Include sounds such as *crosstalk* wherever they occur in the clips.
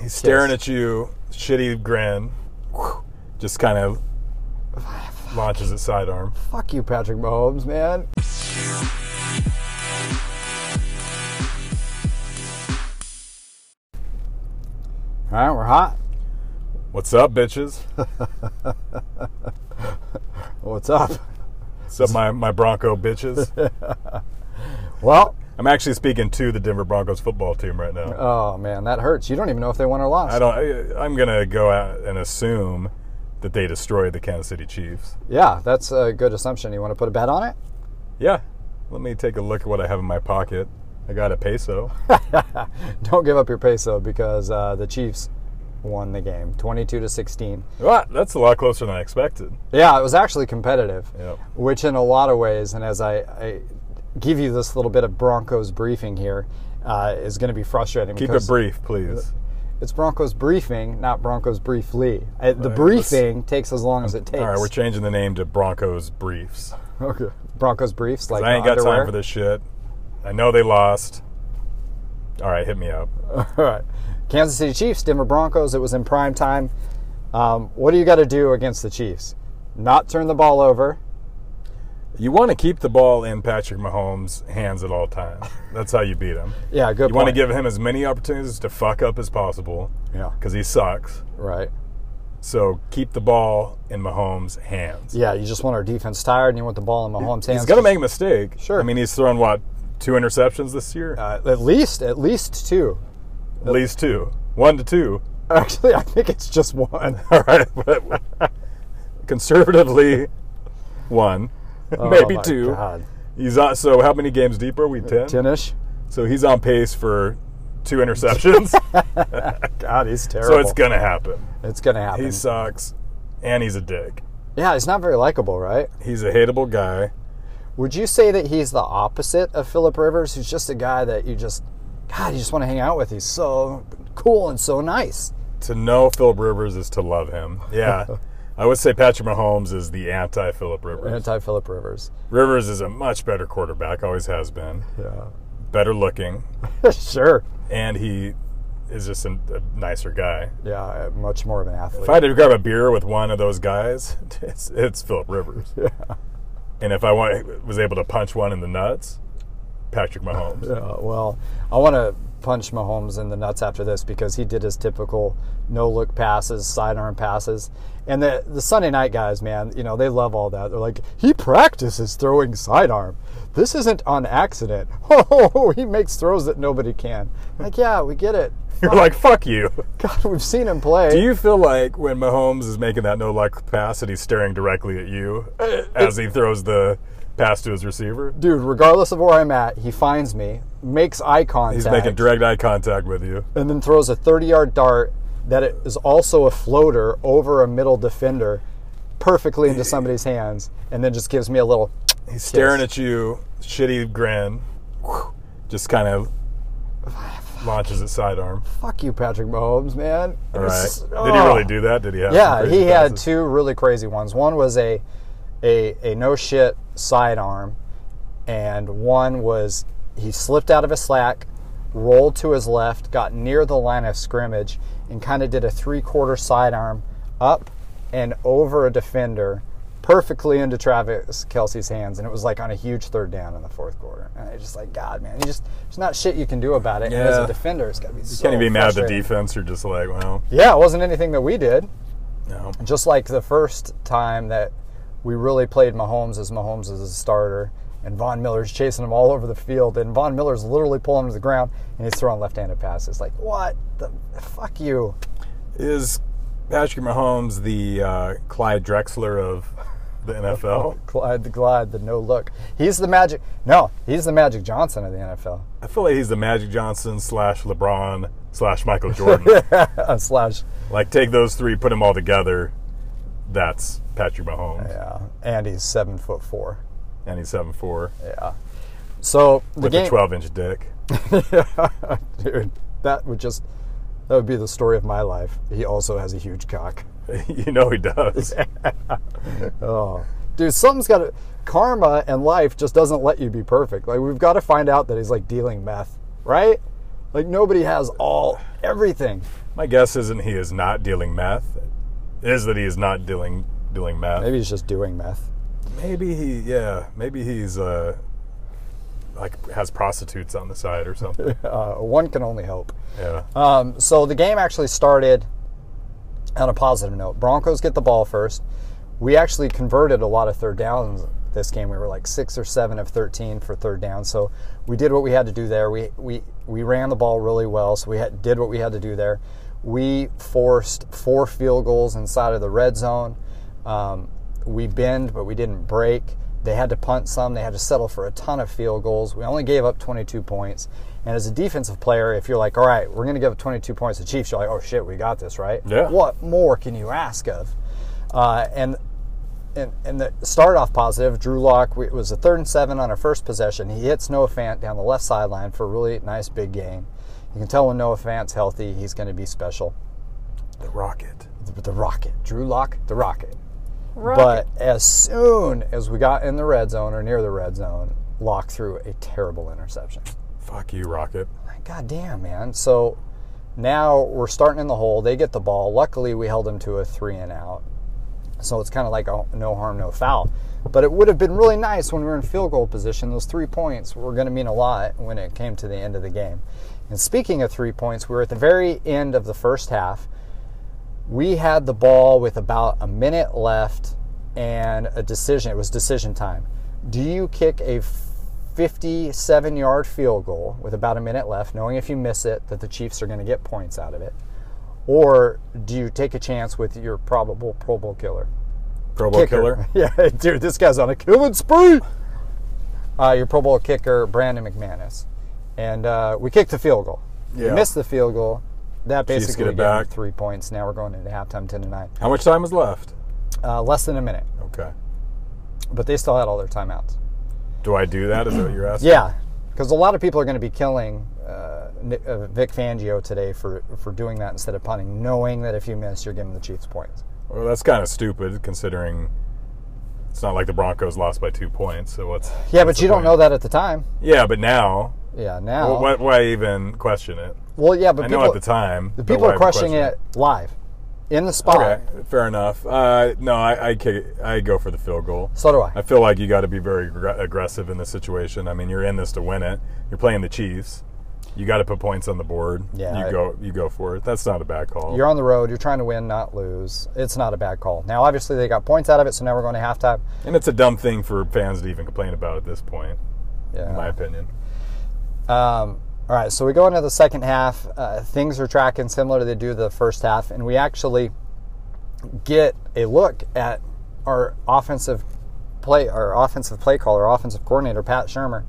He's staring at you, shitty grin. Just kind of launches his sidearm. Fuck you, Patrick Mahomes, man. All right, we're hot. What's up, bitches? What's up? *laughs* What's up, my, my Bronco *laughs* bitches? Well, I'm actually speaking to the Denver Broncos football team right now. oh man, that hurts. You don't even know if they won or lost. I don't. I, I'm gonna go out and assume that they destroyed the Kansas City Chiefs. Yeah, that's a good assumption. You want to put a bet on it? Yeah. Let me take a look at what I have in my pocket. I got a *laughs* peso. *laughs* Don't give up your peso because uh, the Chiefs won the game, 22 to 16. what? That's a lot closer than I expected. Yeah, it was actually competitive, Yep. which in a lot of ways, and as I, I give you this little bit of Broncos briefing here, uh, is going to be frustrating. Keep because it brief, please. It's Broncos briefing, not Broncos briefly. Uh, the Right, briefing takes as long as it takes. All right, we're changing the name to Broncos Briefs. 'Cause okay. Broncos briefs, like I ain't the got underwear. time for this shit. I know they lost. All right, hit me up. *laughs* All right. Kansas City Chiefs, Denver Broncos. It was in prime time. Um, what do you got to do against the Chiefs? Not turn the ball over. You want to keep the ball in Patrick Mahomes' hands at all times. That's how you beat *laughs* him. Yeah, good. You want to point. give him as many opportunities to fuck up as possible Yeah. because he sucks. Right. So keep the ball in Mahomes' hands. Yeah, you just want our defense tired, and you want the ball in Mahomes' hands. He's going to make a mistake. Sure. I mean, he's thrown, what, two interceptions this year? uh, at least at least two. at least two. One to two. Actually, I think it's *laughs* just one. All right. but *laughs* Conservatively, one. *laughs* Maybe Oh, my two. God. He's on, so how many games deep are we? Ten? Ten-ish. So he's on pace for two interceptions. God, he's terrible. so it's going to happen. It's gonna happen. He sucks and he's a dick. yeah, he's not very likable, right? He's a hateable guy. Would you say that he's the opposite of Philip Rivers, who's just a guy that you just, God, you just want to hang out with? He's so cool and so nice. To know Philip Rivers is to love him. Yeah. I would say Patrick Mahomes is the anti Philip Rivers. Anti Philip Rivers. Rivers is a much better quarterback, always has been. Yeah. Better looking. *laughs* sure. And he is just a, a nicer guy. Yeah, much more of an athlete. If I had to grab a beer with one of those guys, *laughs* it's, it's Philip Rivers. Yeah. And if I wa- was able to punch one in the nuts, Patrick Mahomes. *laughs* Uh, well, I want to punch Mahomes in the nuts after this because he did his typical no look passes, sidearm passes. And the, the Sunday night guys, man, you know, they love all that. They're like, he practices throwing sidearm. This isn't on accident. *laughs* Oh, he makes throws that nobody can. Like, yeah, we get it. *laughs* You're like, fuck you. God, we've seen him play. Do you feel like when Mahomes is making that no luck pass that he's staring directly at you as he throws the pass to his receiver? Dude, regardless of where I'm at, he finds me, makes eye contact. He's making direct eye contact with you. and then throws a 30 yard dart that it is also a floater over a middle defender perfectly into somebody's hands and then just gives me a little He's staring at you, shitty grin, just kind *sighs* of launches his sidearm. fuck you Patrick Mahomes man oh. All It was right. Did just- he ugh. really do that? Did he have? some yeah crazy he had passes? two really crazy ones one was a a a no shit sidearm and one was he slipped out of his slack rolled to his left got near the line of scrimmage and kind of did a three quarter sidearm up and over a defender perfectly into Travis Kelsey's hands and it was like on a huge third down in the fourth quarter and it's just like god man you just there's not shit you can do about it and as a Yeah. defender it's gotta be so Can't even be mad at the frustrating. defense. You're just like, well, yeah it wasn't anything that we did no. just like the first time that we really played Mahomes as Mahomes as a starter, and Von Miller's chasing him all over the field, and Von Miller's literally pulling him to the ground, and he's throwing left-handed passes. Like, what the fuck you? Is Patrick Mahomes the uh, Clyde Drexler of the NFL? Glide the glide, the no look. He's the magic. No, he's the Magic Johnson of the NFL I feel like he's the Magic Johnson slash LeBron slash Michael *laughs* Jordan. slash. like, take those three, put them all together. That's Patrick Mahomes, Yeah, and he's seven foot four. and he's seven four Yeah. So the with game, a twelve inch dick. *laughs* *laughs* dude, that would just that would be the story of my life. He also has a huge cock. you know he does. Oh, dude, something's got to. Karma and life just doesn't let you be perfect. Like we've got to find out that he's like dealing meth, right? Like nobody has all everything. My guess isn't he is not dealing meth. It is that he is not dealing dealing meth. Maybe he's just doing meth. Maybe he, yeah, maybe he's uh, like has prostitutes on the side or *laughs* something. Uh, one can only hope. yeah, Um, so the game actually started on a positive note. Broncos get the ball first. We actually converted a lot of third downs this game. We were like six or seven of thirteen for third down. So we did what we had to do there. We we we ran the ball really well. So we had, did what we had to do there. We forced four field goals inside of the red zone. Um, we bend, but we didn't break. They had to punt some. They had to settle for a ton of field goals. We only gave up 22 points. And as a defensive player, if you're like, all right, we're going to give up 22 points to Chiefs, you're like, oh shit, we got this, right? Yeah. What more can you ask of? Uh, and and and the start off positive. Drew Lock it was a third and seven on our first possession. He hits Noah Fant down the left sideline for a really nice big gain. You can tell when Noah Fant's healthy, he's going to be special. the rocket. The, the rocket, Drew Lock, the rocket. Rocket. But as soon as we got in the red zone or near the red zone, Locke threw a terrible interception. Fuck you, rocket. Like, God damn, man. So now we're starting in the hole. They get the ball. Luckily, we held them to a three and out. So it's kind of like a no harm, no foul. But it would have been really nice when we were in field goal position. Those three points were going to mean a lot when it came to the end of the game. And speaking of three points, we were at the very end of the first half. We had the ball with about a minute left and a decision. It was decision time. Do you kick a 57 yard field goal with about a minute left, knowing if you miss it that the Chiefs are going to get points out of it? Or do you take a chance with your probable Pro Bowl killer? Pro Bowl killer. *laughs* Yeah, dude, this guy's on a killing spree. Uh, your Pro Bowl kicker, Brandon McManus. And uh, we kicked the field goal. We Yeah. missed the field goal. That Chiefs basically get gave it them back. three points. Now we're going into halftime 10 to 9. How much time is left? Uh, less than a minute, Okay. but they still had all their timeouts. Do I do that? Is that what you're asking? Yeah, because a lot of people are going to be killing uh, Ni- uh, Vic Fangio today for for doing that instead of punting, knowing that if you miss, you're giving the Chiefs points. Well, that's kind of stupid considering it's not like the Broncos lost by two points. So what's? what's Yeah, but the you don't point? know that at the time. Yeah, but now, Yeah, now. well, why, why even question it? well yeah, but I people, know at the time. the but people why are even crushing question it live, in the spot. Okay, fair enough. Uh, no, I I, kick, I go for the field goal. So do I. I feel like you got to be very aggr- aggressive in this situation. I mean, you're in this to win it. You're playing the Chiefs. You got to put points on the board. Yeah, you I- go. You go for it. That's not a bad call. You're on the road. You're trying to win, not lose. It's not a bad call. Now, obviously, they got points out of it, so now we're going to halftime. and it's a dumb thing for fans to even complain about at this point, Yeah. in my opinion. Um, all right, so we go into the second half. Uh, things are tracking similar to they do the first half, and we actually get a look at our offensive play, our offensive play caller, our offensive coordinator Pat Shermer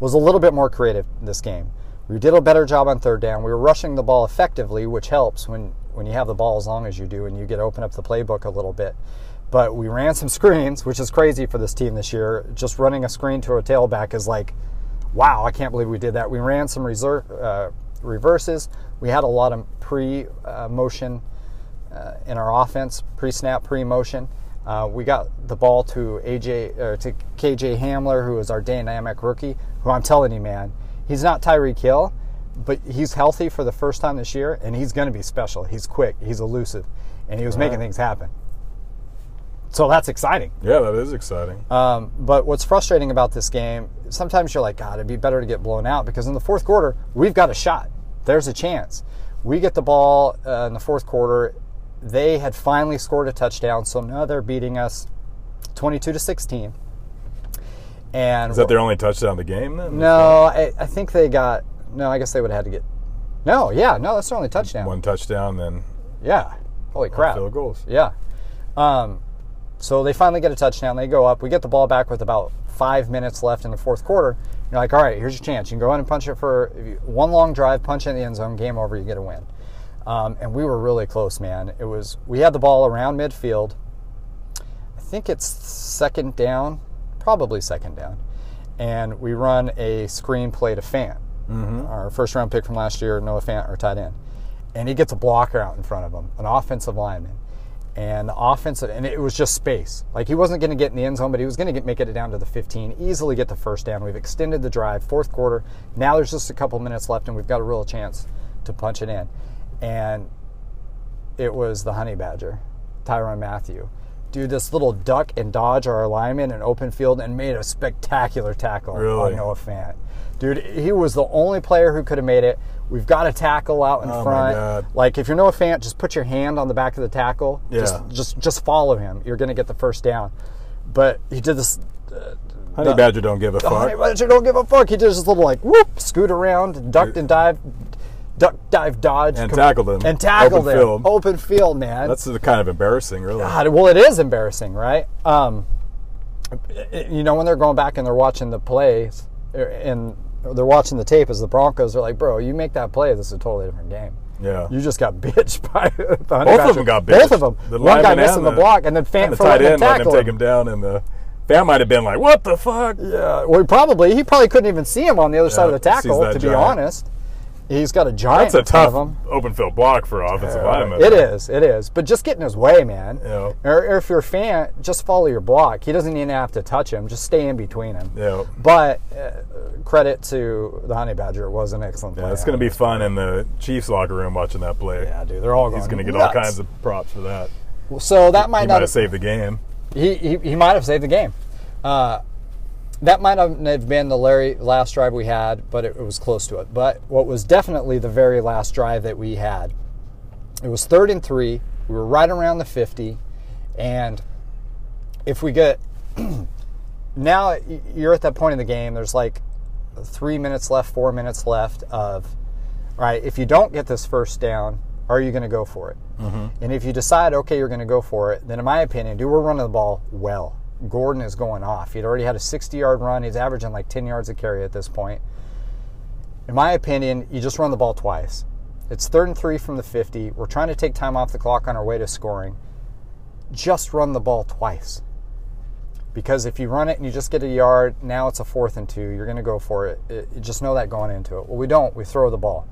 was a little bit more creative this game. We did a better job on third down. We were rushing the ball effectively, which helps when when you have the ball as long as you do, and you get to open up the playbook a little bit. But we ran some *laughs* screens, which is crazy for this team this year. Just running a screen to a tailback is like wow, I can't believe we did that. We ran some reserve, uh, reverses. We had a lot of pre uh, motion uh, in our offense, pre snap, pre motion. Uh, we got the ball to AJ or to KJ Hamler, who is our dynamic rookie. Who I'm telling you, man, he's not Tyreek Hill, but he's healthy for the first time this year, and he's going to be special. He's quick, he's elusive, and he was making things happen. So that's exciting. Yeah, that is exciting. Um, but what's frustrating about this game, sometimes you're like, God, it'd be better to get blown out because in the fourth quarter, we've got a shot. There's a chance. We get the ball uh, in the fourth quarter. They had finally scored a touchdown, so now they're beating us 22 to 16. And is that their only touchdown of the game? Then no, I, I think they got no. I guess they would have had to get no. Yeah, no, that's their only touchdown. one touchdown, then Yeah. Holy crap. field goals. Yeah. Um, so they finally get a touchdown. They go up. We get the ball back with about five minutes left in the fourth quarter. You're like, all right, here's your chance. You can go in and punch it for if you- one long drive, punch it in the end zone, game over, you get a win. Um, and we were really close, man. It was we had the ball around midfield. I think it's second down, probably second down, and we run a screenplay to Fant, our first round pick from last year, Noah Fant, our tight end, and he gets a blocker out in front of him, an offensive lineman, and the offensive, and it was just space. Like he wasn't going to get in the end zone, but he was going to get make it down to the 15, easily get the first down. We've extended the drive, fourth quarter. Now there's just a couple minutes left, and we've got a real chance to punch it in, and it was the honey badger, Tyron Matthew. Dude, this little duck and dodge our alignment in open field and made a spectacular tackle Really? on Noah Fant. Dude, he was the only player who could have made it. We've got a tackle out in Oh my front. God. Like if you're Noah Fant, just put your hand on the back of the tackle. Yeah. Just just just follow him. You're gonna get the first down. But he did this Honey Badger don't give a the honey fuck. badger don't give a fuck. He did this little like whoop, scoot around, ducked and dive, duck, dive, dodge, And tackled him. and tackled Open him. field. Open field, man. That's the kind of embarrassing, really. God, well, it is embarrassing, right? Um, it- you know, when they're going back and they're watching the plays er, and they're watching the tape as the Broncos are like, bro, you make that play, this is a totally different game. Yeah. You just got *laughs* bitched by the Both Both of them got bitched. Both of them. The One guy lineman missing and the, the- block, and then Fant and the for tight letting him end let him tackle take him. him down, and the fan might have been like, "What the fuck?" Yeah, well, he probably he probably couldn't even see him on the other side of the sees tackle. that To be giant. honest, he's got a giant That's a in front of tough him. open field block for an offensive lineman. It is, it is. But just get in his way, man. Yeah. Or, or if you're a fan, just follow your block. He doesn't even have to touch him. Just stay in between him. Yeah. But uh, credit to the Honey Badger, it was an excellent play. Yeah, Uh, it's going to be fun in the Chiefs locker room watching that play. Yeah, dude, they're all going. He's going to get all kinds of props for that. of. So that might He might not have have saved the game. he, he, he might have saved the game. Uh, that might not have been the Larry last drive we had, but it, it was close to it. But what was definitely the very last drive that we had, it was third and three. We were right around the 50. And if we get *clears throat* now, y- you're at that point in the game, there's like three minutes left, four minutes left of, all right, if you don't get this first down, are you going to go for it? And if you decide, okay, you're going to go for it, then in my opinion, dude, we're running the ball well. Gordon is going off. He'd already had a 60 yard run. He's averaging like 10 yards a carry at this point. In my opinion, you just run the ball twice. It's third and three from the 50. We're trying to take time off the clock on our way to scoring. Just run the ball twice. Because if you run it and you just get a yard, now it's a fourth and two. You're going to go for it. It- you just know that going into it. Well, we don't. We throw the ball.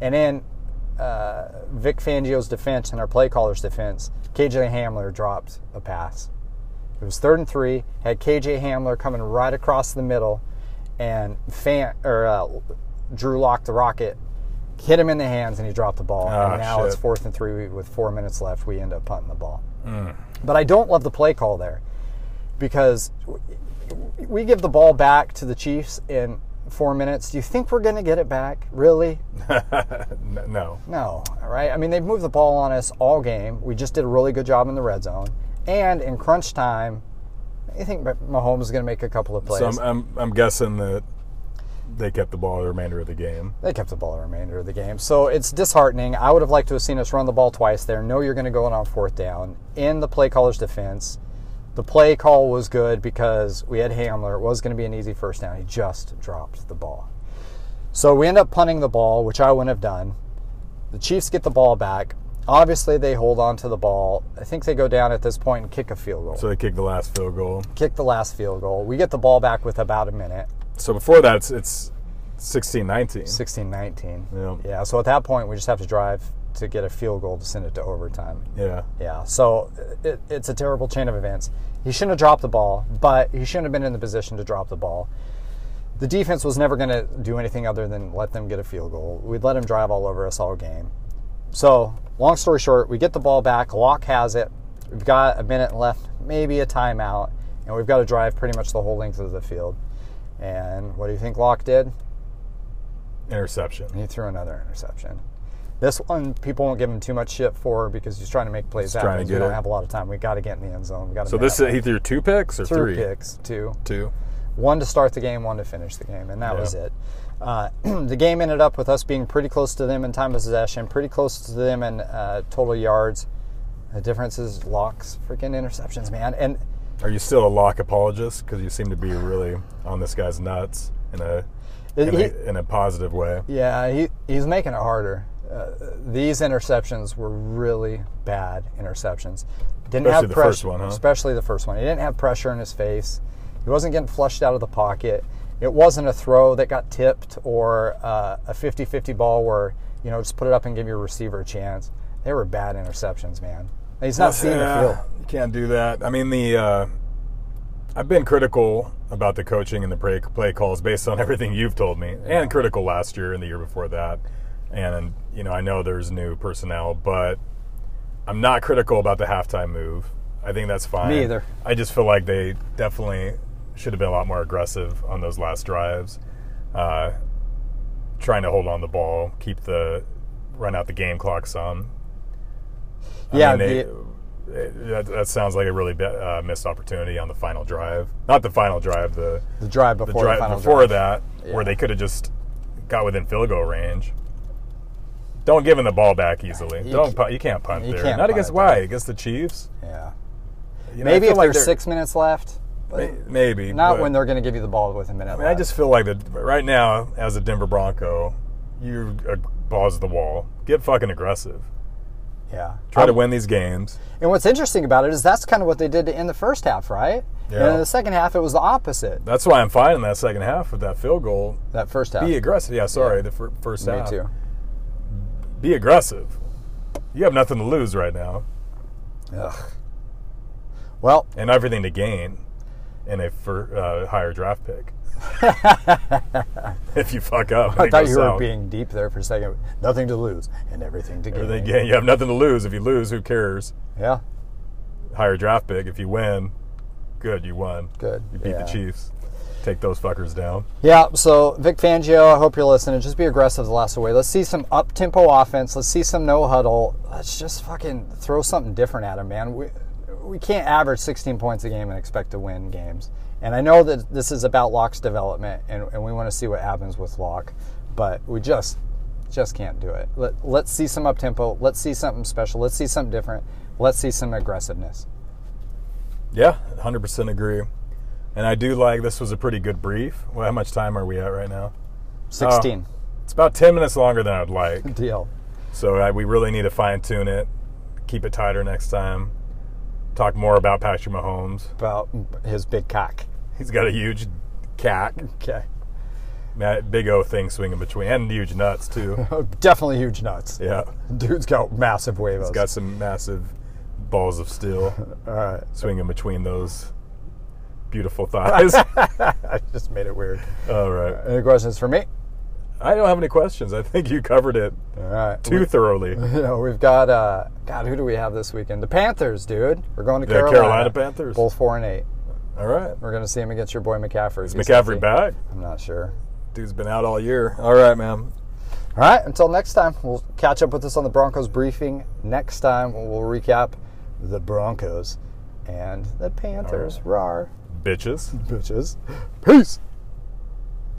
And then uh, Vic Fangio's defense and our play caller's defense, KJ Hamler dropped a pass. It was third and three. Had KJ Hamler coming right across the middle, and Fan or uh, Drew locked the rocket, hit him in the hands, and he dropped the ball. Ah, and now it's shit. fourth and three with four minutes left. We end up punting the ball. Hmm. But I don't love the play call there because we give the ball back to the Chiefs in four minutes. Do you think we're going to get it back? Really? N- No. No, right? I mean, they've moved the ball on us all game. We just did a really good job in the red zone. And in crunch time, I think Mahomes is going to make a couple of plays. So I'm, I'm, I'm guessing that they kept the ball the remainder of the game. they kept the ball the remainder of the game. So it's disheartening. I would have liked to have seen us run the ball twice there. Know you're going to go in on fourth down. In the play caller's defense, the play call was good because we had Hamler. It was going to be an easy first down. He just dropped the ball. So we end up punting the ball, which I wouldn't have done. The Chiefs get the ball back. Obviously, they hold on to the ball. I think they go down at this point and kick a field goal. So they kicked the last field goal. kick the last field goal. We get the ball back with about a minute. So before that, it's, it's 16 19. 16 19. Yeah. Yeah. So at that point, we just have to drive to get a field goal to send it to overtime. Yeah. Yeah. So it, it's a terrible chain of events. He shouldn't have dropped the ball, but he shouldn't have been in the position to drop the ball. The defense was never going to do anything other than let them get a field goal. We'd let him drive all over us all game. So, long story short, we get the ball back. Locke has it. We've got a minute left, maybe a timeout, and we've got to drive pretty much the whole length of the field. And what do you think Locke did? Interception. He threw another interception. This one, people won't give him too much shit for because he's trying to make plays trying to happen. We get don't it. have a lot of time. We got to get in the end zone. We got to. So this is, he threw two picks or three three? picks, two, Two. one to start the game, one to finish the game, and that Yeah. was it. Uh, *clears throat* the game ended up with us being pretty close to them in time of possession, pretty close to them in uh, total yards. The difference is locks, freaking interceptions, man, and Are you still a lock apologist? Because you seem to be really on this guy's nuts in a, It- in, he- a, in a positive way. Yeah, he, he's making it harder. Uh, these interceptions were really bad interceptions. Didn't Especially have the pressure, first one, huh? especially the first one. He didn't have pressure in his face. He wasn't getting flushed out of the pocket. It wasn't a throw that got tipped or uh, a 50-50 ball where you know just put it up and give your receiver a chance. They were bad interceptions, man. He's not seeing Yeah, the field. You can't do that. I mean, the uh, I've been critical about the coaching and the play, play calls based on *laughs* everything you've told me, and critical last year and the year before that. And you know, I know there's new personnel, but I'm not critical about the halftime move. I think that's fine. Me either. I just feel like they definitely should have been a lot more aggressive on those last drives, uh, trying to hold on the ball, keep the run out the game clock some. I Yeah, mean, they- the- it- that, that sounds like a really be- uh, missed opportunity on the final drive. Not the final drive, the The drive the before the, drive final before drive. that, Yeah. where they could have just got within field goal range. Don't give him the ball back easily. You Don't ca- pu- you can't punt you there. can't Not punt against it, why against the Chiefs. Yeah. You know, I Maybe feel if like there's they're- six minutes left, but may- maybe not but- when they're going to give you the ball with a minute I, mean, left. I just feel like that right now as a Denver Bronco, you uh, balls to the wall. Get fucking aggressive. yeah. Try to win these games. And what's interesting about it is that's kind of what they did to end the first half, right? And Yeah. in the second half, it was the opposite. That's why I'm fine in that second half with that field goal. That first half. Be aggressive. Yeah, sorry, the fir- first Me half. too. Be aggressive. You have nothing to lose right now. Ugh. Well, and everything to gain in a for, uh, higher draft *laughs* pick. if you fuck up, and I it thought goes you were south. being deep there for a second. Nothing to lose and everything to gain. Everything gain. You have nothing to lose. If you lose, who cares? Yeah, Higher draft pick. If you win, good, you won. good. You beat yeah. the Chiefs. Take those fuckers down. Yeah, so Vic Fangio, I hope you're listening. Just be aggressive the last away. Let's see some up tempo offense. Let's see some no huddle. Let's just fucking throw something different at him, man. We we can't average 16 points a game and expect to win games. And I know that this is about Locke's development, and, and we want to see what happens with Locke, but we just just can't do it. Let, let's see some up tempo. Let's see something special. Let's see something different. Let's see some aggressiveness. Yeah, 100% agree. And I do like this was a pretty good brief. Well, how much time are we at right now? 16 It's about 10 minutes longer than I'd like. deal. So I, we really need to fine tune it, keep it tighter next time, talk more about Patrick Mahomes. About his big cock. He's got a huge cack, Okay. *laughs* that big O thing swinging between, and huge nuts *laughs* too. Definitely huge nuts. Yeah, Dude's got massive huevos. got some massive balls of steel All right, *laughs* swinging between those beautiful thighs. *laughs* I just made it weird. All right, Any questions for me? I don't have any questions. I think you covered it All right. *laughs* too thoroughly. We, you know, we've got uh, God. Who do we have this weekend? The Panthers, dude. We're going to The Carolina. Carolina Panthers. Both four and eight. All right, We're going to see him against your boy McCaffrey. Is McCaffrey back. I'm not sure. Dude's been out all year. All right, man. All right. Until next time, we'll catch up with us on the Broncos briefing next time. We'll recap the Broncos and the Panthers. Rar, Bitches. bitches. Peace.